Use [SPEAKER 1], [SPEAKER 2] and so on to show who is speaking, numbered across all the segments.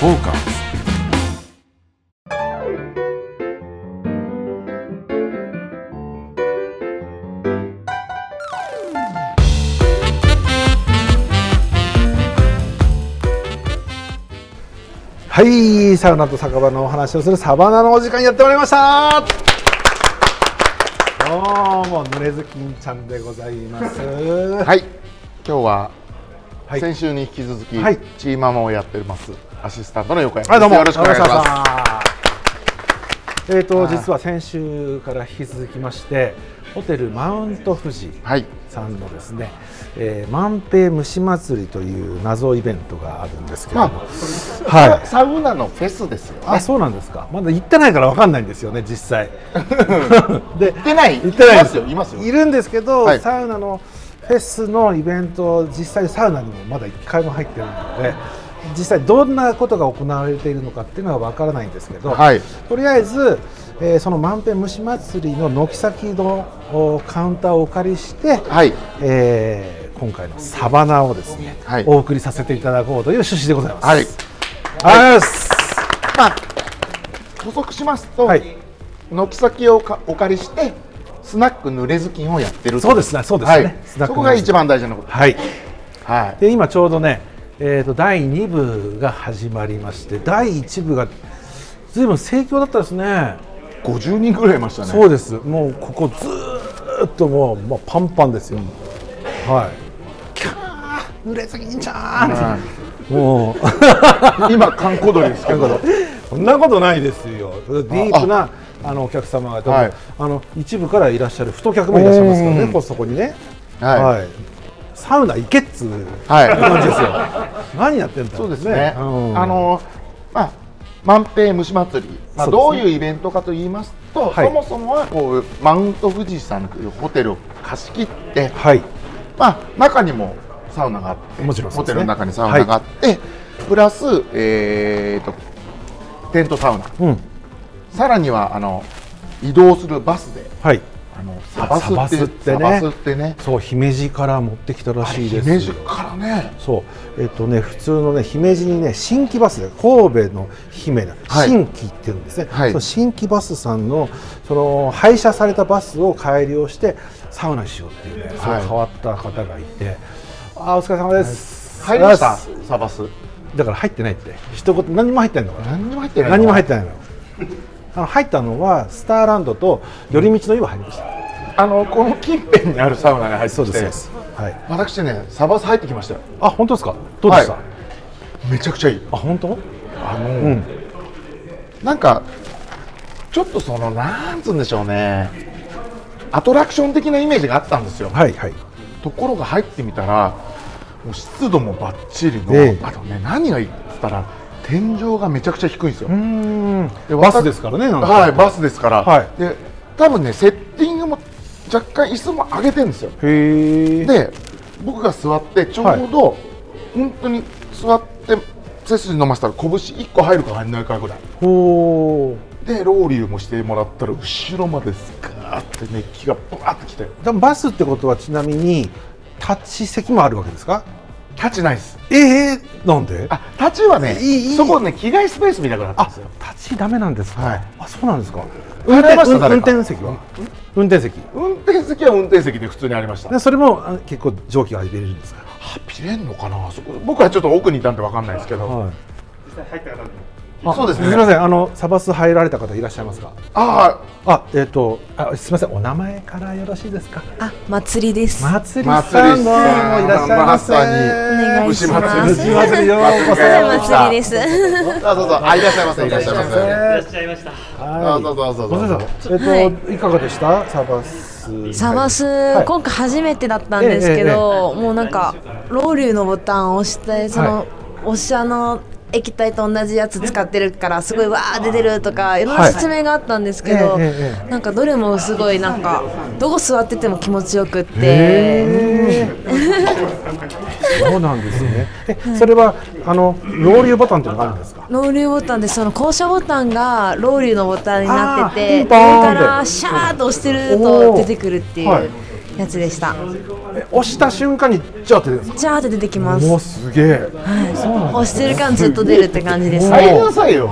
[SPEAKER 1] フォーカス
[SPEAKER 2] はい、サウナと酒場のお話をするサバナのお時間やってまいりました。どうも濡れずきんちゃんでございます。は
[SPEAKER 3] はい、今日は
[SPEAKER 2] はい
[SPEAKER 3] 先週に引き続き、
[SPEAKER 2] はい
[SPEAKER 3] チーママをやってますアシスタントの横山
[SPEAKER 2] い、ど
[SPEAKER 3] で
[SPEAKER 2] う
[SPEAKER 3] す。
[SPEAKER 2] も、
[SPEAKER 3] よろしくお願いし
[SPEAKER 2] よろ
[SPEAKER 3] ます。
[SPEAKER 2] す。えっ、と、実は先週から引き続きまして、ホテルマウント富士
[SPEAKER 3] はい、
[SPEAKER 2] さんのですね、えー、万平虫祭りという謎イベントがあるんですけども、
[SPEAKER 3] ま
[SPEAKER 2] はい。
[SPEAKER 3] サウナのフェスですよ。
[SPEAKER 2] あ、そうなんですか。まだ行ってないからわかんないんですよね、実 際。 で、行
[SPEAKER 3] ってない
[SPEAKER 2] 行ってないんです
[SPEAKER 3] いますよいますよ
[SPEAKER 2] いるんですけど、
[SPEAKER 3] はい
[SPEAKER 2] サウナのフェスのイベント、実際サウナにもまだ一回も入ってないので。実際どんなことが行われているのかっていうのはわからないんですけど、
[SPEAKER 3] はい
[SPEAKER 2] とりあえず、えーその万平虫祭りの軒先のおカウンターをお借りして、
[SPEAKER 3] はい、
[SPEAKER 2] えー今回のサバナをですね、
[SPEAKER 3] はい
[SPEAKER 2] お送りさせていただこうという趣旨でございます。
[SPEAKER 3] はい、
[SPEAKER 2] ありがとうございます
[SPEAKER 3] まあ補足しますと、
[SPEAKER 2] はい
[SPEAKER 3] 軒先をかお借りしてスナック濡れずきんをやってると
[SPEAKER 2] そうですねそうですね
[SPEAKER 3] はい
[SPEAKER 2] スナック濡れずきん
[SPEAKER 3] そこが一番大事なこと。
[SPEAKER 2] はい、
[SPEAKER 3] はい。
[SPEAKER 2] で今ちょうどね、えー、と第2部が始まりまして第1部がずいぶん盛況だったですね
[SPEAKER 3] 50人ぐらいいましたね。
[SPEAKER 2] そうですもうここずーっともう、もうパンパンですよ、はいキャー濡れすぎんちゃーんって もう
[SPEAKER 3] 今観光鳥ですけど。
[SPEAKER 2] そんなことないですよディープなあのお客様方も、
[SPEAKER 3] はい
[SPEAKER 2] あの一部からいらっしゃる太客もいらっしゃいますからね
[SPEAKER 3] うん
[SPEAKER 2] こそこにね
[SPEAKER 3] はい
[SPEAKER 2] いサウナ行けっつう
[SPEAKER 3] はい。
[SPEAKER 2] 感じですよ何やってんだ
[SPEAKER 3] そうですね。
[SPEAKER 2] うん
[SPEAKER 3] あのまあ万平虫祭り、
[SPEAKER 2] そうで
[SPEAKER 3] まあ
[SPEAKER 2] すね
[SPEAKER 3] どういうイベントかと言いますと、
[SPEAKER 2] はい
[SPEAKER 3] そもそもはこうマウント富士山というホテルを貸し切って、
[SPEAKER 2] はい
[SPEAKER 3] まあ中にもサウナがあって、
[SPEAKER 2] もちろんそう
[SPEAKER 3] ホ
[SPEAKER 2] ですね
[SPEAKER 3] テルの中にサウナがあって、プラスえー、とテントサウナ、
[SPEAKER 2] うん
[SPEAKER 3] さらにはあの移動するバスで。
[SPEAKER 2] はい
[SPEAKER 3] あのサバスって
[SPEAKER 2] サバスってね
[SPEAKER 3] サバスってね
[SPEAKER 2] そう姫路から持ってきたらしいです
[SPEAKER 3] 姫路からね
[SPEAKER 2] そうえっとね普通のね姫路にね新規バスで神戸の姫な、
[SPEAKER 3] はい
[SPEAKER 2] 新規っていうんですね、
[SPEAKER 3] はい
[SPEAKER 2] その新規バスさんのその廃車されたバスを改良してサウナしようっていうね、そう
[SPEAKER 3] はい
[SPEAKER 2] 変わった方がいてあーお疲れ様です、
[SPEAKER 3] 入りまし
[SPEAKER 2] あ
[SPEAKER 3] た
[SPEAKER 2] りがとうございす
[SPEAKER 3] サバス
[SPEAKER 2] だから入ってないって一言何も入ってないのかな
[SPEAKER 3] 何にも入ってない
[SPEAKER 2] 何も入
[SPEAKER 3] っ
[SPEAKER 2] ってないのあの入ったのはスターランドと寄り道の湯は入りました、
[SPEAKER 3] あのこの近辺にあるサウナに入ってて
[SPEAKER 2] そうですそうですはい
[SPEAKER 3] 私ねサバス入ってきましたよ
[SPEAKER 2] あ本当ですかどうでした、
[SPEAKER 3] はいめちゃくちゃいい
[SPEAKER 2] あ本当
[SPEAKER 3] あの、
[SPEAKER 2] ん
[SPEAKER 3] なんかちょっとそのなんつうんでしょうねアトラクション的なイメージがあったんですよ
[SPEAKER 2] はいはい
[SPEAKER 3] ところが入ってみたらもう湿度もバッチリの、
[SPEAKER 2] ええ
[SPEAKER 3] あとね何がいいって言ったら天井がめちゃくちゃ低いんですよ、
[SPEAKER 2] うん
[SPEAKER 3] で
[SPEAKER 2] バスですからねなんか
[SPEAKER 3] はいバスですから、
[SPEAKER 2] はい
[SPEAKER 3] で多分ねセッティングも若干椅子も上げてるんですよ
[SPEAKER 2] へえ
[SPEAKER 3] で僕が座ってちょうど、本当に座って背筋伸ばしたら拳1個入るか入らないかぐらい
[SPEAKER 2] ほ
[SPEAKER 3] でロウリュもしてもらったら後ろまでスカーって熱気がブワーってきて
[SPEAKER 2] うでもバスってことはちなみに立ち席もあるわけですか
[SPEAKER 3] 立ちないです
[SPEAKER 2] ええなんであ
[SPEAKER 3] あ立ちはね
[SPEAKER 2] いいいい
[SPEAKER 3] そこね着替えスペースみたいなくなったんですよ
[SPEAKER 2] 立ちダメなんですか、
[SPEAKER 3] はい
[SPEAKER 2] あそうなんですか運
[SPEAKER 3] 払いました
[SPEAKER 2] 運
[SPEAKER 3] 誰か
[SPEAKER 2] 転席は運転席
[SPEAKER 3] 運転席は運転席で普通にありました
[SPEAKER 2] でそれもあ結構蒸気が入れるんですか
[SPEAKER 3] はピれんのかなあそこ僕はちょっと奥にいたんでわかんないですけど、
[SPEAKER 2] はい
[SPEAKER 3] あそうです
[SPEAKER 2] す
[SPEAKER 3] ね
[SPEAKER 2] みませんあのサバス入られた方いらっしゃいますか
[SPEAKER 3] あ
[SPEAKER 2] あえっ、とあすみませんお名前からよろしいですか
[SPEAKER 4] あ、祭りです。
[SPEAKER 2] まつりさん
[SPEAKER 3] 祭りさん
[SPEAKER 2] どうもいらっしゃいませ
[SPEAKER 3] まさ
[SPEAKER 4] に
[SPEAKER 3] 牛祭り
[SPEAKER 2] 牛祭りようこそ
[SPEAKER 3] 祭り
[SPEAKER 4] 祭りです。
[SPEAKER 3] ああそうそうあいらっしゃいませいらっしゃいませ
[SPEAKER 5] いらっしゃいました。
[SPEAKER 3] あ
[SPEAKER 2] はい
[SPEAKER 3] そうそうそう
[SPEAKER 2] ごめんな
[SPEAKER 3] そう
[SPEAKER 2] さいえっと、い、かがでしたサバス
[SPEAKER 4] サバス、
[SPEAKER 2] い
[SPEAKER 4] 今回初めてだったんですけ
[SPEAKER 2] えええ
[SPEAKER 4] ど、もうなんかロウリュのボタンを押してその、
[SPEAKER 2] はい
[SPEAKER 4] おしゃの液体と同じやつ使ってるからすごいわー出てるとかいろん
[SPEAKER 2] は
[SPEAKER 4] ない説明があったんですけど、
[SPEAKER 2] ええええ
[SPEAKER 4] なんかどれもすごいなんかどこ座ってても気持ちよくって、
[SPEAKER 2] えー、そうなんですね え、それはあのロウリュボタンっていうのがあるんですか
[SPEAKER 4] ロウリュボタンでその降車ボタンがロウリュのボタンになってて
[SPEAKER 2] あーピンポーン
[SPEAKER 4] 上からシャーッと押してると出てくるっていう、
[SPEAKER 2] はい
[SPEAKER 4] えやつでした
[SPEAKER 3] え押した瞬間にジャーって出るんです
[SPEAKER 4] ジャーって出てきます
[SPEAKER 3] かうわすげえ
[SPEAKER 4] 押してる間ずっと出るって感じです
[SPEAKER 3] 入り
[SPEAKER 4] ね
[SPEAKER 3] なさいよ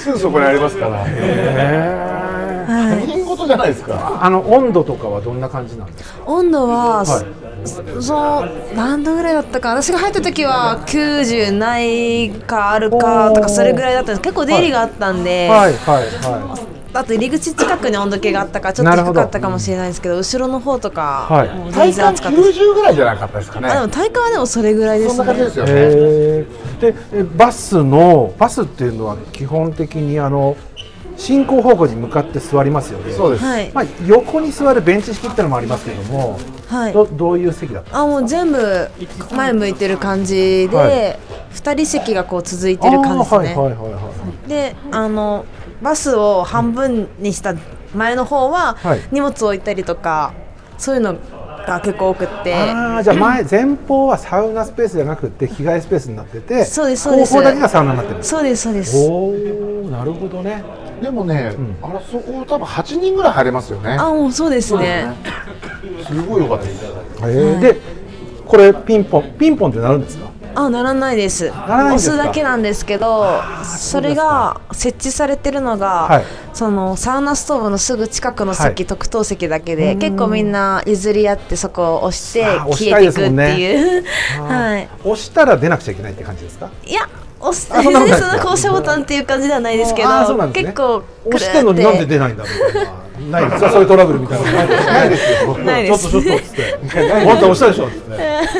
[SPEAKER 3] すぐそこにありますからへえ他人事じゃないですか
[SPEAKER 2] あの温度とかはどんな感じなんですか
[SPEAKER 4] 温度は、そその何度ぐらいだったか私が入った時は90ないかあるかとかそれぐらいだったんです結構出入りがあったんで、
[SPEAKER 2] はいはいは
[SPEAKER 4] あと入り口近くに温度計があったからちょっと低かったかもしれないですけど後ろの方とか、
[SPEAKER 2] はい
[SPEAKER 4] もう全
[SPEAKER 3] 体
[SPEAKER 4] 然
[SPEAKER 3] 感
[SPEAKER 4] 暑かったです
[SPEAKER 3] 90ぐらいじゃなかったですかね
[SPEAKER 4] あでも体感はでもそれぐらいで
[SPEAKER 3] そん
[SPEAKER 4] す
[SPEAKER 3] な感じで
[SPEAKER 4] ね
[SPEAKER 3] すよ
[SPEAKER 2] い
[SPEAKER 3] ね
[SPEAKER 2] へえでえバスのバスっていうのは基本的にあの進行方向に向かって座りますよね
[SPEAKER 3] そうです、
[SPEAKER 4] はい、
[SPEAKER 2] まあ、横に座るベンチ式ってのもありますけども、
[SPEAKER 4] はい
[SPEAKER 2] どどういう席だった
[SPEAKER 4] あもう全部前向いてる感じ
[SPEAKER 2] はい
[SPEAKER 4] で、二人席がこう続いてる感じですね、
[SPEAKER 2] あーはいはいはいはい
[SPEAKER 4] であのバスを半分にした前の方は
[SPEAKER 2] はい
[SPEAKER 4] 荷物を置いたりとかそういうのが結構多くって
[SPEAKER 2] ああじゃあ前前方はサウナスペースじゃなくて着替えスペースになってて
[SPEAKER 4] そうですそうです
[SPEAKER 2] 後方だけがサウナになってる
[SPEAKER 4] そうですそうです
[SPEAKER 2] おおなるほどね
[SPEAKER 3] でもね、あれそこ多分8人ぐらい入れますよね
[SPEAKER 4] あもうそうですね
[SPEAKER 3] すごい良かったです
[SPEAKER 2] えでこれピンポンピンポンってなるんですか
[SPEAKER 4] あならないです
[SPEAKER 2] らないんですか
[SPEAKER 4] 押すだけなんですけどそれが設置されてるのが、
[SPEAKER 2] はい
[SPEAKER 4] そのサウナストーブのすぐ近くの席、
[SPEAKER 2] はい
[SPEAKER 4] 特等席だけで結構みんな譲り合ってそこを押して
[SPEAKER 2] あ押し
[SPEAKER 4] 消
[SPEAKER 2] た
[SPEAKER 4] え
[SPEAKER 2] いで
[SPEAKER 4] てい
[SPEAKER 2] す
[SPEAKER 4] く
[SPEAKER 2] も
[SPEAKER 4] って
[SPEAKER 2] んね
[SPEAKER 4] いう、 はい
[SPEAKER 2] 押したら出なくちゃいけないって感じですか
[SPEAKER 4] いや、押す、
[SPEAKER 2] あそ
[SPEAKER 4] そ
[SPEAKER 2] ん
[SPEAKER 4] ん
[SPEAKER 2] なこと
[SPEAKER 4] な
[SPEAKER 2] ないですか
[SPEAKER 4] 交渉ボタンっていう感じではないですけど
[SPEAKER 2] あーそうなん、ですね
[SPEAKER 4] 結構
[SPEAKER 2] 押
[SPEAKER 4] くるーって。
[SPEAKER 2] してんのになんで出ないんだみたいなない ですかそういうトラブルみたいなのないですよ
[SPEAKER 4] ないです
[SPEAKER 2] ちょっとちょっとっつってあんた押したでしょっつっ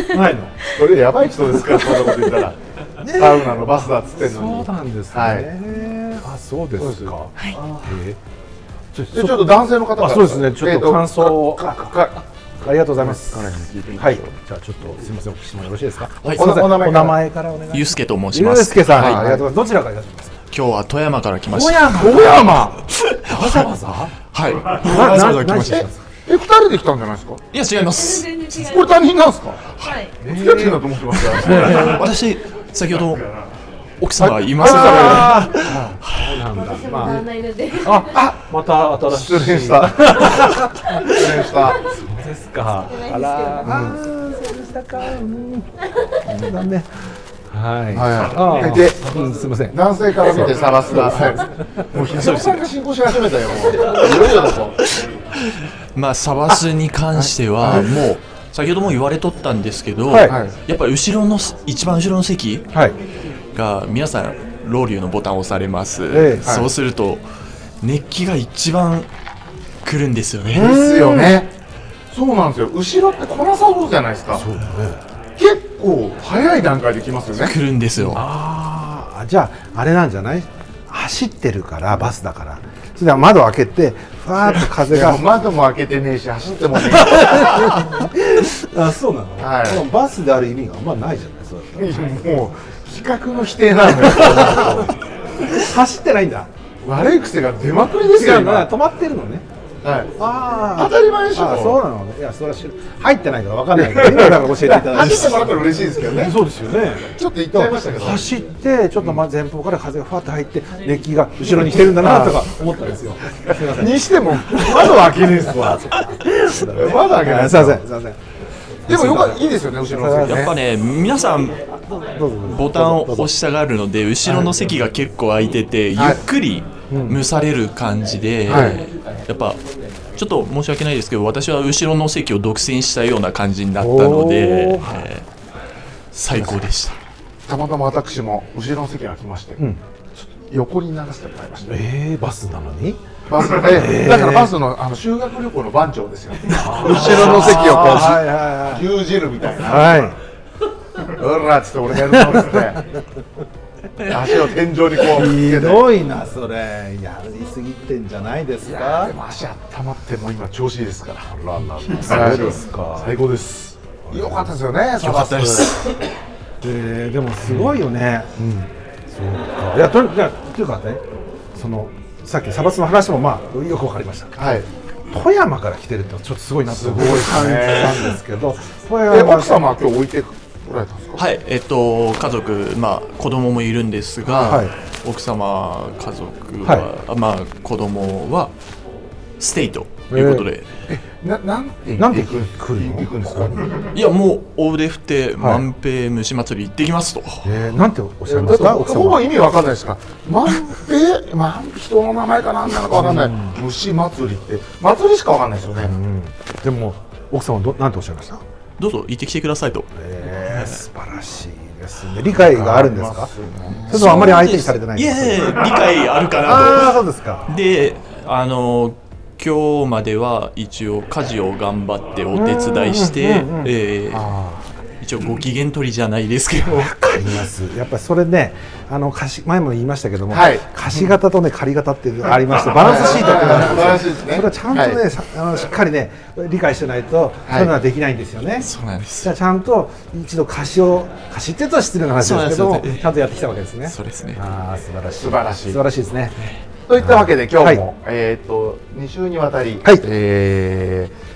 [SPEAKER 2] てないの
[SPEAKER 3] それやばい人ですからそんなこと言ったら、サウナのバスだっつってんの
[SPEAKER 2] そ
[SPEAKER 3] に
[SPEAKER 2] うなんですね、あそうですかはいえー
[SPEAKER 3] でちょっと男性の方から
[SPEAKER 2] あそうですねちょっと
[SPEAKER 3] えー
[SPEAKER 2] 感想を
[SPEAKER 3] かかか
[SPEAKER 2] ありがとうございます。
[SPEAKER 1] 彼に聞いてみま
[SPEAKER 2] はい
[SPEAKER 1] しょう。
[SPEAKER 2] じゃあちょっとすみませんお聞きしてもよろしいですか。
[SPEAKER 1] はい
[SPEAKER 2] すいません
[SPEAKER 3] お名前
[SPEAKER 2] お名前からお願いします。
[SPEAKER 1] ゆうすけと申します
[SPEAKER 2] ゆうすけさん、
[SPEAKER 1] はい
[SPEAKER 2] ありがとうございます。どちらからいらっしゃいますか。
[SPEAKER 1] 今日は富山から来ました
[SPEAKER 2] 山。
[SPEAKER 3] 小山
[SPEAKER 1] わざわざはい
[SPEAKER 2] な
[SPEAKER 1] わざわざ来まし
[SPEAKER 2] な
[SPEAKER 1] た
[SPEAKER 2] 何
[SPEAKER 3] え二人で来たんじゃないですか
[SPEAKER 1] いや違います
[SPEAKER 3] これ他人なんですかはい付き合ってんだと思ってました
[SPEAKER 1] 私先ほど奥様いません
[SPEAKER 2] あーそうなんだ。まあ、あ、あ、また新しい。
[SPEAKER 3] 失礼した失礼した
[SPEAKER 2] ですか。あら、あーそうでしたか。うん。残念。はい。
[SPEAKER 3] は
[SPEAKER 2] あ
[SPEAKER 3] い
[SPEAKER 2] ー
[SPEAKER 3] で
[SPEAKER 2] うん、すみません。
[SPEAKER 3] 男性から見てサラスだはいもうひそさんが進行し始めたよもういろいろだと
[SPEAKER 1] まあサバスに関してはもう先ほども言われとったんですけど、
[SPEAKER 2] はい
[SPEAKER 3] はい
[SPEAKER 1] やっぱり後ろの一番後ろの席
[SPEAKER 2] はい。
[SPEAKER 1] が皆さんロウリュウのボタンを押されます、
[SPEAKER 2] ええ
[SPEAKER 1] そうすると熱気が一番来るんですよね、
[SPEAKER 3] ですよねそうなんですよ後ろってこなさそうじゃないですかそうだね結構早い段階で来ますよね
[SPEAKER 1] 来るんですよ
[SPEAKER 2] ああじゃああれなんじゃない走ってるからバスだからそれでは窓開けてふわーっと風
[SPEAKER 3] いや
[SPEAKER 2] が
[SPEAKER 3] もう窓も開けてねえし走ってもね
[SPEAKER 2] あそうなの、
[SPEAKER 3] はい
[SPEAKER 2] でもバスである意味があんまないじゃないそうだったら
[SPEAKER 3] えしもう比較の否定なのよ
[SPEAKER 2] 走ってないんだ
[SPEAKER 3] 悪い癖が出まくりです
[SPEAKER 2] 違
[SPEAKER 3] よ
[SPEAKER 2] うな
[SPEAKER 3] 今
[SPEAKER 2] 止まってるのね
[SPEAKER 3] はい
[SPEAKER 2] あ
[SPEAKER 3] 当たり前でしょ
[SPEAKER 2] あそうなのねいやそれは知る入ってないから分かんないけど今なんか教えていただいて
[SPEAKER 3] 走ってもらったら嬉しいですけどね
[SPEAKER 2] そうですよね
[SPEAKER 3] ちょっと言っちゃいましたけど
[SPEAKER 2] 走ってちょっとま前方から風がふわっと入って熱気が後ろに来てるんだなとか思ったんですよすいません
[SPEAKER 3] にしても窓開けねえっすわ窓開けないっ
[SPEAKER 2] すいませんすいません
[SPEAKER 3] でもよかいいですよね後ろの席
[SPEAKER 1] やっ
[SPEAKER 3] ね
[SPEAKER 1] ぱね皆さん
[SPEAKER 2] どうぞどうぞ
[SPEAKER 1] ボタンを押したがるので後ろの席が結構空いててゆ
[SPEAKER 3] はい
[SPEAKER 1] っくり蒸される感じで、
[SPEAKER 3] はい
[SPEAKER 1] やっぱちょっと申し訳ないですけど私は後ろの席を独占したような感じになったので、え
[SPEAKER 2] お
[SPEAKER 1] ー最高でした
[SPEAKER 3] たまたま私も後ろの席が空きまして、ちょっと横に流してもらいました
[SPEAKER 2] えー、バスなのに
[SPEAKER 3] バスで、だからバスのあの修学旅行の番長ですよ。後ろの席をこ
[SPEAKER 2] はいはいはいう
[SPEAKER 3] 牛耳るみたいな。
[SPEAKER 2] は
[SPEAKER 3] うらっつって俺がやるのですね。足を天井にこう
[SPEAKER 2] い。
[SPEAKER 3] つ
[SPEAKER 2] ひ
[SPEAKER 3] けて。
[SPEAKER 2] どいな、それ。やりすぎてんじゃないですか
[SPEAKER 3] で。も足温まってもう今調子いいですから。
[SPEAKER 2] そうですか
[SPEAKER 3] 最高です。よかったですよね。よ
[SPEAKER 1] よかったで。す
[SPEAKER 2] えー、でもすごいよね。うん。そうか。いや、とにかく、というかね、その、さっきサバスの話も、まあ、よくわかりました。
[SPEAKER 3] はい。
[SPEAKER 2] 富山から来てるって、ちょっとすごいなと思
[SPEAKER 3] す
[SPEAKER 2] う
[SPEAKER 3] ごいです
[SPEAKER 2] 感じ
[SPEAKER 3] ね
[SPEAKER 2] なんですけど。富
[SPEAKER 3] え奥様は今日置いておられたんですか。
[SPEAKER 1] はいえっと家族まあ子供もいるんですが、
[SPEAKER 2] はい
[SPEAKER 1] 奥様家族は、まあ子供はステイということで、
[SPEAKER 3] ななんて
[SPEAKER 2] なんで
[SPEAKER 3] 行く
[SPEAKER 2] 来るの
[SPEAKER 3] 行くんですか
[SPEAKER 1] いやもう大腕振って
[SPEAKER 2] はい
[SPEAKER 1] 万平虫祭り行ってきますと、
[SPEAKER 2] えー、なんておっしゃい
[SPEAKER 3] だ
[SPEAKER 2] ま
[SPEAKER 3] っ
[SPEAKER 2] してた奥
[SPEAKER 3] ほぼ
[SPEAKER 2] 様
[SPEAKER 3] 意味わかんないですから万平、まん、人の名前かなんなのかわかんない、虫祭りって祭りしかわかんないですよね、
[SPEAKER 2] うんでも奥様どなんておっしゃいました
[SPEAKER 1] どうぞ行ってきてくださいと
[SPEAKER 2] えー、素晴らしいですね理解があるんですか
[SPEAKER 3] ありますね
[SPEAKER 2] それともあんまり相手にされてないん
[SPEAKER 1] い
[SPEAKER 2] で
[SPEAKER 1] や
[SPEAKER 2] す
[SPEAKER 1] いやいや理解あるかな
[SPEAKER 2] ああそうですか
[SPEAKER 1] とであの今日までは一応家事を頑張ってお手伝いして、
[SPEAKER 2] うんうんうんうん
[SPEAKER 1] えー
[SPEAKER 2] あ
[SPEAKER 1] 一応ご機嫌取りじゃないですけど
[SPEAKER 2] ありますやっぱりそれねあの貸し前も言いましたけども、
[SPEAKER 3] はい
[SPEAKER 2] 貸し型とね借り型っていうのがありましてバランスシートっていうのがあるん
[SPEAKER 3] バラン
[SPEAKER 2] で
[SPEAKER 3] ス
[SPEAKER 2] すよ
[SPEAKER 3] シートね
[SPEAKER 2] それはちゃんとね、
[SPEAKER 3] はい
[SPEAKER 2] さあのしっかりね理解してないと、そういうのはできないんですよね
[SPEAKER 1] そうなんです
[SPEAKER 2] じゃあちゃんと一度貸しを貸しって言うと失礼な話ですけど
[SPEAKER 1] そう
[SPEAKER 2] も
[SPEAKER 1] なんですよ
[SPEAKER 2] ちゃんとやってきたわけですね
[SPEAKER 1] そうですね
[SPEAKER 2] ああ素晴らしい
[SPEAKER 3] 素晴らしい
[SPEAKER 2] 素晴らしいですね
[SPEAKER 3] といったわけで今日も、
[SPEAKER 2] はい
[SPEAKER 3] えっ、と2週にわたり、
[SPEAKER 2] はい
[SPEAKER 3] えー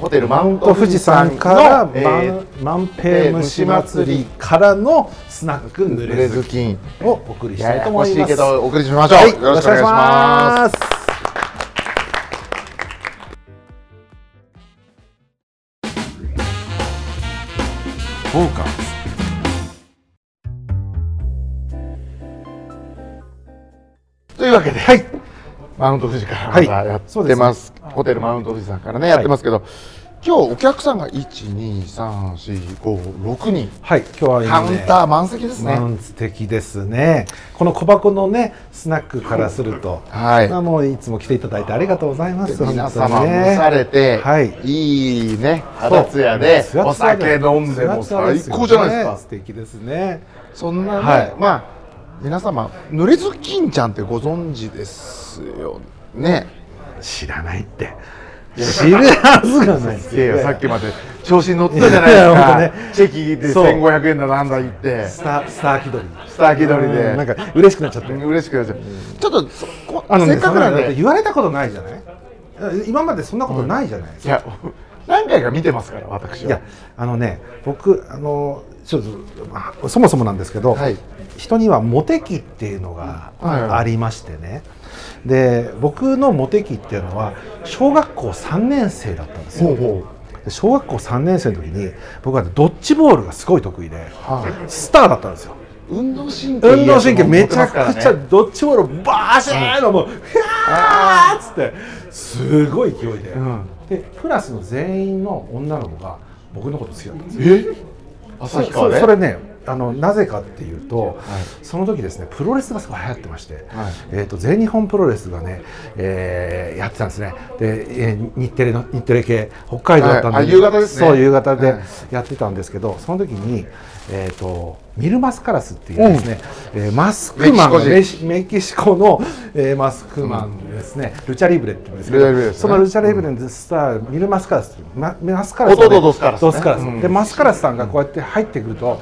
[SPEAKER 3] ホテルマウント
[SPEAKER 2] と富
[SPEAKER 3] 富士
[SPEAKER 2] 士山
[SPEAKER 3] 山
[SPEAKER 2] か
[SPEAKER 3] から
[SPEAKER 2] ら
[SPEAKER 3] の、えー
[SPEAKER 2] 万平虫祭りからのスナックぬ
[SPEAKER 3] 濡
[SPEAKER 2] れ
[SPEAKER 3] れ
[SPEAKER 2] ず
[SPEAKER 3] ず
[SPEAKER 2] き
[SPEAKER 3] きん
[SPEAKER 2] をお送りした
[SPEAKER 3] や
[SPEAKER 2] い
[SPEAKER 3] や
[SPEAKER 2] と
[SPEAKER 3] こ
[SPEAKER 2] 思
[SPEAKER 3] し
[SPEAKER 2] い
[SPEAKER 3] い
[SPEAKER 2] ま
[SPEAKER 3] け
[SPEAKER 2] す。
[SPEAKER 3] どお送りしましょう、
[SPEAKER 2] はい、
[SPEAKER 3] よ
[SPEAKER 2] よ
[SPEAKER 3] ろ
[SPEAKER 2] ろ
[SPEAKER 3] し
[SPEAKER 2] し
[SPEAKER 3] く
[SPEAKER 2] く
[SPEAKER 3] お
[SPEAKER 2] お
[SPEAKER 3] 願
[SPEAKER 2] 願
[SPEAKER 3] い
[SPEAKER 2] いし
[SPEAKER 3] します
[SPEAKER 2] ます。
[SPEAKER 3] というわけで、マウント富士からまた
[SPEAKER 2] はい
[SPEAKER 3] やってます,、ホテルマウント富士山からね、やってますけど今日お客さんが12345人
[SPEAKER 2] はい、今日は、ね、
[SPEAKER 3] カウンター満席ですね、
[SPEAKER 2] 満的ですね。この小箱のね、スナックからすると、
[SPEAKER 3] はい
[SPEAKER 2] まあもういつも来ていただいてありがとうございます。
[SPEAKER 3] 皆
[SPEAKER 2] 本
[SPEAKER 3] 様
[SPEAKER 2] 当に
[SPEAKER 3] 蒸されて、
[SPEAKER 2] はい
[SPEAKER 3] いいね肌ツヤで
[SPEAKER 2] そう
[SPEAKER 3] お酒飲んで
[SPEAKER 2] ツヤ
[SPEAKER 3] も
[SPEAKER 2] ツヤ
[SPEAKER 3] 最
[SPEAKER 2] すよね
[SPEAKER 3] 高じゃないですか
[SPEAKER 2] 素敵ですね。
[SPEAKER 3] そんなね、
[SPEAKER 2] はい
[SPEAKER 3] まあ皆様濡れずきんちゃんってご存知ですよね
[SPEAKER 2] 知らないって。知るはずがない。
[SPEAKER 3] いやいやさっきまで調子に乗ってたじゃないで
[SPEAKER 2] い
[SPEAKER 3] す
[SPEAKER 2] や
[SPEAKER 3] か、
[SPEAKER 2] いや本当ね
[SPEAKER 3] チェキで
[SPEAKER 2] そう
[SPEAKER 3] 1500円だなんだ言って
[SPEAKER 2] スター、スター気取り。
[SPEAKER 3] スター気取りで
[SPEAKER 2] うんなんか嬉しくなっちゃって。
[SPEAKER 3] 嬉しくなっちゃうちょっとそこ
[SPEAKER 2] あのね
[SPEAKER 3] せっかくなん
[SPEAKER 2] そんなのだって
[SPEAKER 3] で
[SPEAKER 2] 言われたことないじゃないえ今までそんなことないじゃない、
[SPEAKER 3] いや何回か見てますから私
[SPEAKER 2] い
[SPEAKER 3] は
[SPEAKER 2] やあのね僕あのちょっと、まあそもそもなんですけど、
[SPEAKER 3] はい
[SPEAKER 2] 人にはモテ期っていうのが
[SPEAKER 3] はいはい
[SPEAKER 2] ありましてね、で僕のモテ期っていうのは小学校3年生だったんですよ
[SPEAKER 3] ほうほ
[SPEAKER 2] で小学校3年生の時に僕はねドッジボールがすごい得意で
[SPEAKER 3] う、はい
[SPEAKER 2] スターだったんですよ
[SPEAKER 3] 運動神経
[SPEAKER 2] 運動神経めちゃくちゃ
[SPEAKER 3] いいやつも持ってますからね
[SPEAKER 2] どっちものバーシャーのもう「ひゃー!」っつってすごい勢いで、
[SPEAKER 3] ん
[SPEAKER 2] でクラスの全員の女の子が僕のこと好きだったんですよ
[SPEAKER 3] え旭川
[SPEAKER 2] そ
[SPEAKER 3] で
[SPEAKER 2] それねあのなぜかっていうと、その時ですねプロレスがすごい流行ってまして、えー、と全日本プロレスがね、えーやってたんですねで、えー日テレの日テレ系北海道だったんで、
[SPEAKER 3] はいあ夕方ですね
[SPEAKER 2] そう夕方で
[SPEAKER 3] はい
[SPEAKER 2] やってたんですけど、その時に、えー、とミルマスカラスっていうですね、えーマスクマンの
[SPEAKER 3] メ
[SPEAKER 2] メ
[SPEAKER 3] キ
[SPEAKER 2] シメキシコの、えーマスクマンですね、ルチャリブレっていうんですけ
[SPEAKER 3] ルチャリ
[SPEAKER 2] ど
[SPEAKER 3] ブレですね
[SPEAKER 2] そのルチャリブレのスター、ミルマスカラスっていうママスカラスのね
[SPEAKER 3] 弟ドスカラスね
[SPEAKER 2] ドスカラス、
[SPEAKER 3] うん
[SPEAKER 2] でマスカラスさんがこうやって入ってくると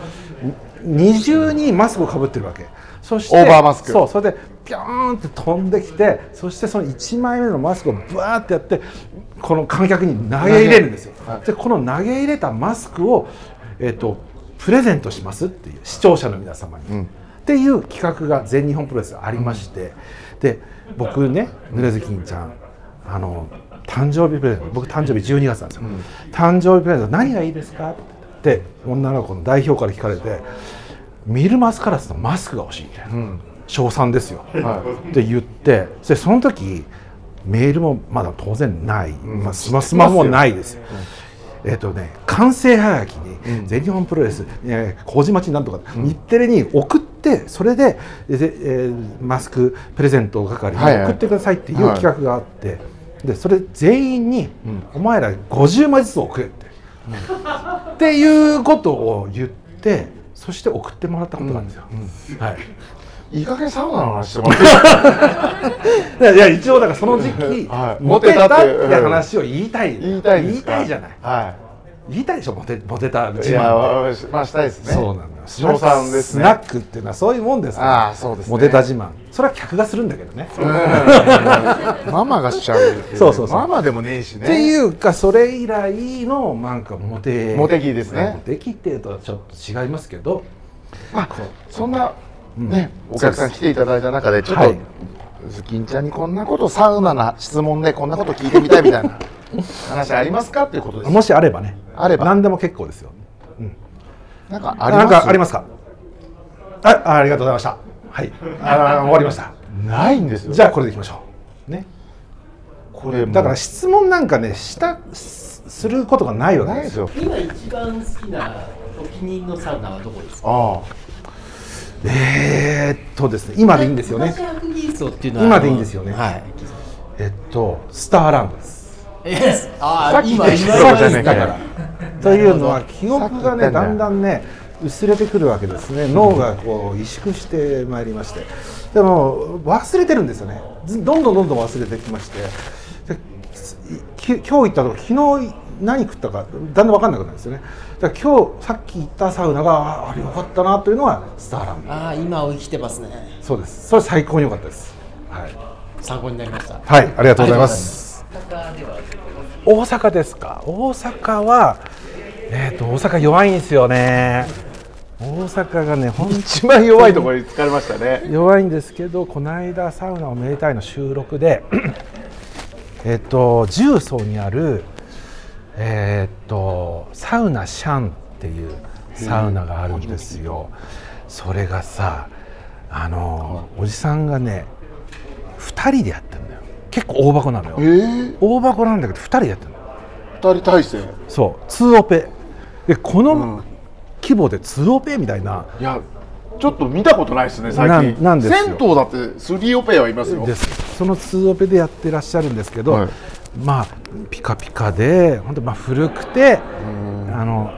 [SPEAKER 2] 二重にマスクをかぶってるわけそして
[SPEAKER 3] オーバーマスク
[SPEAKER 2] そうそれでピョーンって飛んできてそしてその1枚目のマスクをブワーってやってこの観客に投げ入れるんですよ、
[SPEAKER 3] はい
[SPEAKER 2] でこの投げ入れたマスクを、えっとプレゼントしますっていう視聴者の皆様に、っていう企画が全日本プロレスありまして、で僕ね濡れずきんちゃんあの誕生日プレゼント僕誕生日12月なんですよ、誕生日プレゼント何がいいですかって女の子の代表から聞かれてミルマスカラスのマスクが欲しいみたいな、賞賛ですよ、って言ってでその時メールもまだ当然ない、まあ、スマスマホもないですよ、えっとね、完成はがきに全日本プロレス、えー麹町なんとか、日テレに送ってそれでで、えーマスクプレゼント係に
[SPEAKER 3] はいはい
[SPEAKER 2] 送ってくださいっていう企画があって、でそれ全員に、お前ら50枚ずつ送れ」って、っていうことを言ってそして送ってもらったことなんですよ。はい
[SPEAKER 3] いい加減サウナの話してもらっていいですか
[SPEAKER 2] いやいや一応だからその時期、
[SPEAKER 3] はい
[SPEAKER 2] モテたって
[SPEAKER 3] モテたって
[SPEAKER 2] いう話を言いたい
[SPEAKER 3] 言いたいですか
[SPEAKER 2] じゃない
[SPEAKER 3] は
[SPEAKER 2] 言いたいでしょモテモテた
[SPEAKER 3] いい
[SPEAKER 2] 自
[SPEAKER 3] や
[SPEAKER 2] 慢って
[SPEAKER 3] わまあしたいですね
[SPEAKER 2] そうなんだよ
[SPEAKER 3] 賞賛です
[SPEAKER 2] ス
[SPEAKER 3] ね
[SPEAKER 2] ナックっていうのはそういうもんですから
[SPEAKER 3] ああそうですね
[SPEAKER 2] モテた自慢それは客がするんだけどね、っ
[SPEAKER 3] ママがしちゃうってい
[SPEAKER 2] そうそうそう
[SPEAKER 3] ママでもねえしね
[SPEAKER 2] ていうかそれ以来のなんかモテ
[SPEAKER 3] モテ期ですね
[SPEAKER 2] モテ期っていうとちょっと違いますけど
[SPEAKER 3] まあそんなね、お客さん来ていただいた中でちょっと、
[SPEAKER 2] はい
[SPEAKER 3] ズキンちゃんにこんなことサウナの質問でこんなこと聞いてみたいみたいな話ありますかっていうことです
[SPEAKER 2] もしあればね
[SPEAKER 3] あれば
[SPEAKER 2] 何でも結構ですよ
[SPEAKER 3] なんかありま
[SPEAKER 2] なん
[SPEAKER 3] す
[SPEAKER 2] かありますかああありがとうございましたはいあー終わりました
[SPEAKER 3] ないんですよ
[SPEAKER 2] じゃあこれでいきましょうね
[SPEAKER 3] これもう
[SPEAKER 2] だから質問なんかねしたすすることがないわ
[SPEAKER 3] な
[SPEAKER 2] けで
[SPEAKER 3] いです
[SPEAKER 2] すよ
[SPEAKER 3] よ
[SPEAKER 5] 今一番好きなお気に入りのサウナはどこですか
[SPEAKER 3] あ
[SPEAKER 2] えー、っとですね今でいいんですよね
[SPEAKER 5] 昔はフリーソっていうの
[SPEAKER 2] 今でいいんですよね
[SPEAKER 5] はい
[SPEAKER 2] えっとスターランドです
[SPEAKER 5] えあ
[SPEAKER 3] さ
[SPEAKER 5] あ
[SPEAKER 3] っき
[SPEAKER 5] 今
[SPEAKER 3] でき
[SPEAKER 5] 言
[SPEAKER 3] たそ
[SPEAKER 5] わ
[SPEAKER 3] う
[SPEAKER 5] れ
[SPEAKER 3] じゃねえか
[SPEAKER 5] まし
[SPEAKER 3] よ
[SPEAKER 5] た
[SPEAKER 2] というのは記憶が
[SPEAKER 3] さっき言った
[SPEAKER 2] ね
[SPEAKER 3] んだ
[SPEAKER 2] だ
[SPEAKER 3] よ
[SPEAKER 2] んだんね薄れてくるわけですね脳がこう萎縮してまいりましてでも忘れてるんですよねずどんどんどんどん忘れてきましてですき今日行ったとこ昨日何食ったかだんだん分かんなくなるんですよねだから今日さっき行ったサウナがああれよかったなというのはスターランド
[SPEAKER 5] ああ今を生きてますね
[SPEAKER 2] そうですそれ最高に良かったですはい、
[SPEAKER 5] 参考になりました
[SPEAKER 2] はい、ありがとうございます大阪ですか大阪はえっ、と大阪弱いんですよね大阪がね本当に
[SPEAKER 3] 一番弱いところに疲れましたね
[SPEAKER 2] 弱いんですけどこの間サウナをめでたいの収録で えっと重曹にあるえっとサウナシャンっていうサウナがあるんですよそれがさあのおじさんがね2人でやってるんだよ結構大箱なのよ
[SPEAKER 3] えー、
[SPEAKER 2] 大箱なんだけど2人でやってるの
[SPEAKER 3] 二人体制い
[SPEAKER 2] そう2オペでこ
[SPEAKER 3] うん
[SPEAKER 2] の規模で2オペみたいな
[SPEAKER 3] やちょっと見たことないですね最近
[SPEAKER 2] なんなんですよ
[SPEAKER 3] 銭湯だって 3OP はいますよ
[SPEAKER 2] ですその2オペでやってらっしゃるんですけど、
[SPEAKER 3] はい
[SPEAKER 2] まあピカピカで本当まあ古くてあの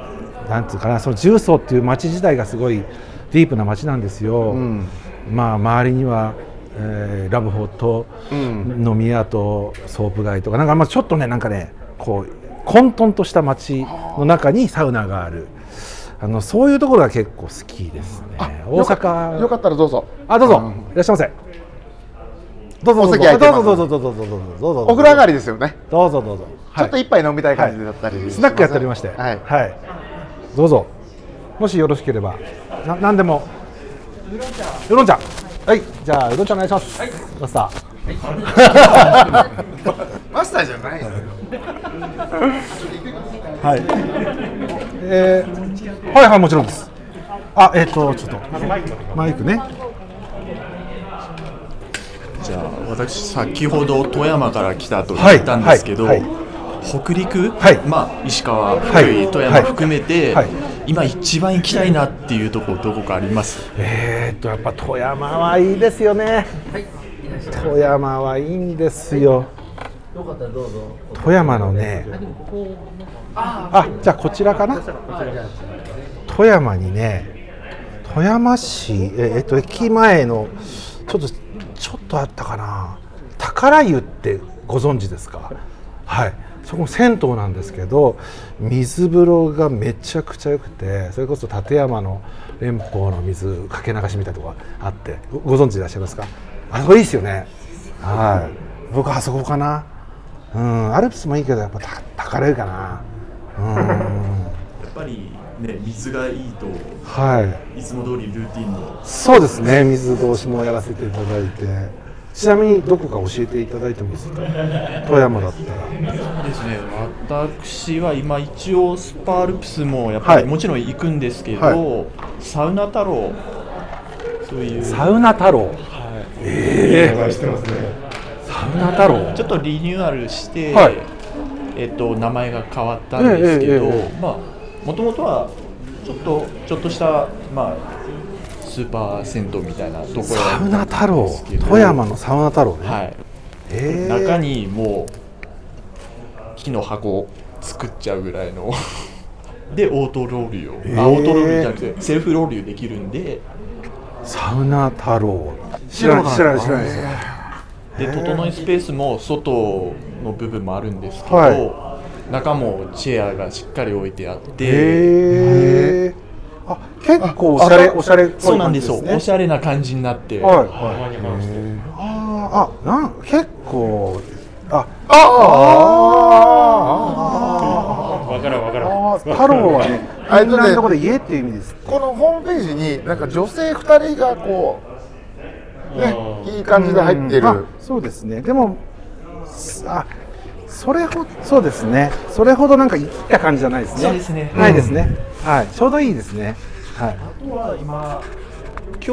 [SPEAKER 2] なんつうかなその重曹っていう町自体がすごいディープな町なんですよ、
[SPEAKER 3] ん
[SPEAKER 2] まあ周りには、えーラブホと
[SPEAKER 3] うん
[SPEAKER 2] 飲み屋とソープ街とかなんかまあちょっとねなんかねこう混沌とした町の中にサウナがあるあのそういうところが結構好きですね大
[SPEAKER 3] よか
[SPEAKER 2] 阪
[SPEAKER 3] よかったらどうぞ
[SPEAKER 2] あ、どうぞ、
[SPEAKER 3] ん
[SPEAKER 2] いらっしゃいませ。どうぞ
[SPEAKER 3] お
[SPEAKER 2] どう
[SPEAKER 3] 席
[SPEAKER 2] ぞ
[SPEAKER 3] 空いて
[SPEAKER 2] ど
[SPEAKER 3] ます
[SPEAKER 2] うぞどうぞどうぞどうぞどうぞ。
[SPEAKER 3] お風呂上がりですよね
[SPEAKER 2] どうぞどうぞ。
[SPEAKER 3] ちょっと
[SPEAKER 2] はい
[SPEAKER 3] 一杯飲みたい感じだったりします
[SPEAKER 2] スナックやっておりまして、
[SPEAKER 3] はい
[SPEAKER 2] はいどうぞ。もしよろしければ、な何でも。うどん茶。はい、じゃあうどん茶お願いします。マスタ
[SPEAKER 3] マスターじゃないですよ
[SPEAKER 2] ー。はい。えー、はいはいもちろんです。あ、えっ、とちょっとマイクね。
[SPEAKER 1] じゃあ私先ほど富山から来たと
[SPEAKER 2] はい
[SPEAKER 1] 言ったんですけど、
[SPEAKER 2] はい
[SPEAKER 1] 北陸、
[SPEAKER 2] はい
[SPEAKER 1] まあ、石川、
[SPEAKER 2] はい
[SPEAKER 1] 福井、富
[SPEAKER 2] は
[SPEAKER 1] 山
[SPEAKER 2] い
[SPEAKER 1] 含めて、
[SPEAKER 2] はい
[SPEAKER 1] 今一番行きたいなっていうところどこかあります
[SPEAKER 2] えー、っとやっぱ富山はいいですよね。富山はいいんですよ。富山のね。あ、じゃあこちらかな。富山にね、富山市ええっと駅前のちょっとちょっとあったかな。宝湯ってご存知ですか。はい。そこも銭湯なんですけど水風呂がめちゃくちゃ良くてそれこそ立山の連峰の水かけ流しみたいなとこがあってごご存知でいらっしゃいますかあそこいいですよねはい僕はあそこかなうんアルプスもいいけどやっぱた宝湯かなうん
[SPEAKER 1] やっぱりね水がいいと
[SPEAKER 2] はい
[SPEAKER 1] いつも通りルーティンの
[SPEAKER 2] そうですね水通しもやらせていただいてちなみにどこか教えていただいてもいいですか富山だったら
[SPEAKER 1] ですね私は今一応スパールプスもやっぱ
[SPEAKER 2] は
[SPEAKER 1] り、
[SPEAKER 2] い
[SPEAKER 1] もちろん行くんですけど、
[SPEAKER 2] は
[SPEAKER 1] サウナ太郎そういう
[SPEAKER 2] サウナ太郎、ええサウナ太郎
[SPEAKER 1] ちょっとリニューアルして、
[SPEAKER 2] はい
[SPEAKER 1] えっと名前が変わったんですけど、
[SPEAKER 2] えええええ
[SPEAKER 1] まあもともとはちょっとちょっとしたまあスーパー銭湯みたいなところ
[SPEAKER 2] サウナ太
[SPEAKER 1] なん
[SPEAKER 2] 郎
[SPEAKER 1] ですけど
[SPEAKER 2] 富山のサウナ太郎ね、
[SPEAKER 1] はい、
[SPEAKER 2] ええ
[SPEAKER 1] 中にもう木の箱を作っちゃうぐらいの でオートローリュを、
[SPEAKER 2] ええ
[SPEAKER 1] あオートローリュじゃなくてセルフローリュできるんで
[SPEAKER 2] サウナ太郎知らない知らない知らないですよ
[SPEAKER 1] で整いスペースも外の部分もあるんですけど、
[SPEAKER 2] は
[SPEAKER 1] 中もチェアがしっかり置いてあって。
[SPEAKER 2] へえあ結構おしゃれ
[SPEAKER 3] あ
[SPEAKER 2] おしゃれっぽい
[SPEAKER 1] そうなん
[SPEAKER 2] 感
[SPEAKER 1] で
[SPEAKER 2] じ
[SPEAKER 1] すよ、
[SPEAKER 2] ね
[SPEAKER 1] おしゃれな感じになって、
[SPEAKER 2] はいはいあーあなん結構あああ
[SPEAKER 6] わからんわからん。
[SPEAKER 2] あー太郎はね
[SPEAKER 3] あ
[SPEAKER 2] フ
[SPEAKER 3] れ
[SPEAKER 2] ィンランド語
[SPEAKER 3] だ
[SPEAKER 2] で家っていう意味です
[SPEAKER 3] このホームページになんか女性二人がこうね、いい感じで入ってる、
[SPEAKER 2] あそうですねでもすあそれほそうですねそれほどなんか生きった感じじゃないですね
[SPEAKER 1] そうですね
[SPEAKER 2] ないですね、はいちょうどいいですねはい
[SPEAKER 1] 今日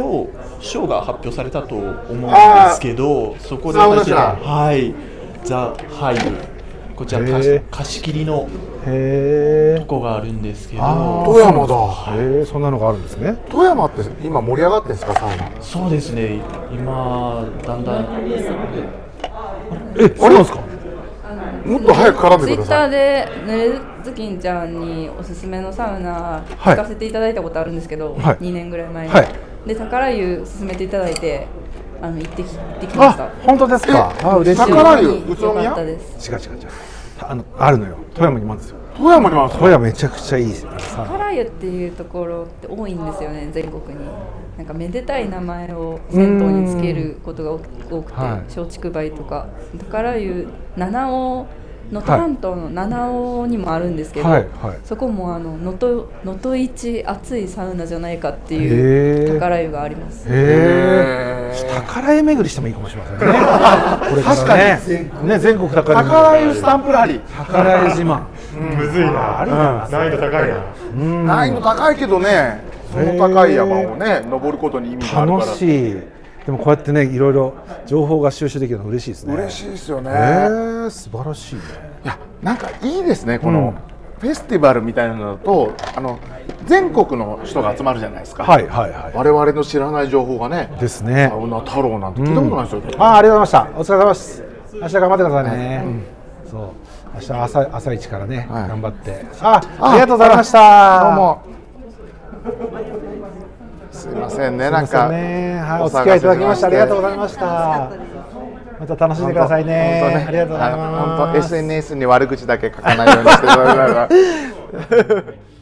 [SPEAKER 1] 賞が発表されたと思うんですけどそこで私
[SPEAKER 3] あ
[SPEAKER 1] は
[SPEAKER 3] 同じ
[SPEAKER 1] はいザ・ハイブこちら貸
[SPEAKER 2] へ
[SPEAKER 1] し
[SPEAKER 2] え
[SPEAKER 1] 貸し切りの
[SPEAKER 2] へ
[SPEAKER 1] とこがあるんですけ
[SPEAKER 2] あ
[SPEAKER 1] ど
[SPEAKER 3] 富山だ、
[SPEAKER 2] えそんなのがあるんですね
[SPEAKER 3] 富山って今盛り上がってんですかサウナ
[SPEAKER 1] そうですね今だんだん
[SPEAKER 2] えそうなんですか
[SPEAKER 3] もっと早く絡ん
[SPEAKER 6] ツ
[SPEAKER 3] で
[SPEAKER 6] イ
[SPEAKER 3] くだ
[SPEAKER 6] ッ
[SPEAKER 3] さ
[SPEAKER 6] タ
[SPEAKER 3] い
[SPEAKER 6] ーでぬれずきんちゃんにおすすめのサウナ
[SPEAKER 2] はい
[SPEAKER 6] 聞かせていただいたことあるんですけど、
[SPEAKER 2] はい
[SPEAKER 6] 2年ぐらい前に、
[SPEAKER 2] はい
[SPEAKER 6] で宝湯勧めていただいてあの行ってき行ってきました
[SPEAKER 2] あ本当ですか
[SPEAKER 3] え
[SPEAKER 2] あ嬉しい違う違
[SPEAKER 3] 宝湯
[SPEAKER 6] 非常に
[SPEAKER 3] 宇都宮
[SPEAKER 6] 良かったです
[SPEAKER 2] う違うあのあるのよ富山にもあるんですよ
[SPEAKER 3] 富山にもあるんですか
[SPEAKER 2] 富山めちゃくちゃいいですさ
[SPEAKER 6] 宝湯っていうところって多いんですよね全国になんかめでたい名前を銭湯につけることが多く多くて
[SPEAKER 2] はい
[SPEAKER 6] 松竹梅とか宝湯七尾能登半島の七尾にもあるんですけど、
[SPEAKER 2] はいはい
[SPEAKER 6] そこもあの能登能登一熱いサウナじゃないかって
[SPEAKER 2] へ
[SPEAKER 6] い
[SPEAKER 2] ー
[SPEAKER 6] う宝湯があります。
[SPEAKER 2] へえ
[SPEAKER 3] へー
[SPEAKER 2] 宝絵巡りしてもいいかもしれませんねこれからねね全国宝絵巡り
[SPEAKER 3] 宝湯スタンプラリー
[SPEAKER 2] 宝絵島
[SPEAKER 7] むずいな、難易度高いな
[SPEAKER 3] 難易度高いけどねその高い山をね登ることに意味があるから
[SPEAKER 2] 楽しいでもこうやってねいろいろ情報が収集できるの嬉しいですね
[SPEAKER 3] 嬉しいですよね、
[SPEAKER 2] えー、素晴らしいね
[SPEAKER 3] いやなんかいいですねこの、フェスティバルみたいなのだとあの全国の人が集まるじゃないですか、
[SPEAKER 2] はいはいは
[SPEAKER 3] 我々の知らない情報がね
[SPEAKER 2] いですね
[SPEAKER 3] サウナ太郎なんて聞いたことないですよ、
[SPEAKER 2] あーありがとうございましたお疲れ様です明日頑張ってくださいね、そう明日朝朝一からね、
[SPEAKER 3] はい
[SPEAKER 2] 頑張ってあありがとうございました
[SPEAKER 3] どうもすいませんねなん
[SPEAKER 2] そ
[SPEAKER 3] か
[SPEAKER 2] うねはい、お付き合いいただきましてありがとうござい
[SPEAKER 3] ま
[SPEAKER 2] ましたまた楽しんでくださいねありがとうございます
[SPEAKER 3] 本当 SNS に悪口だけ書かないようにしてください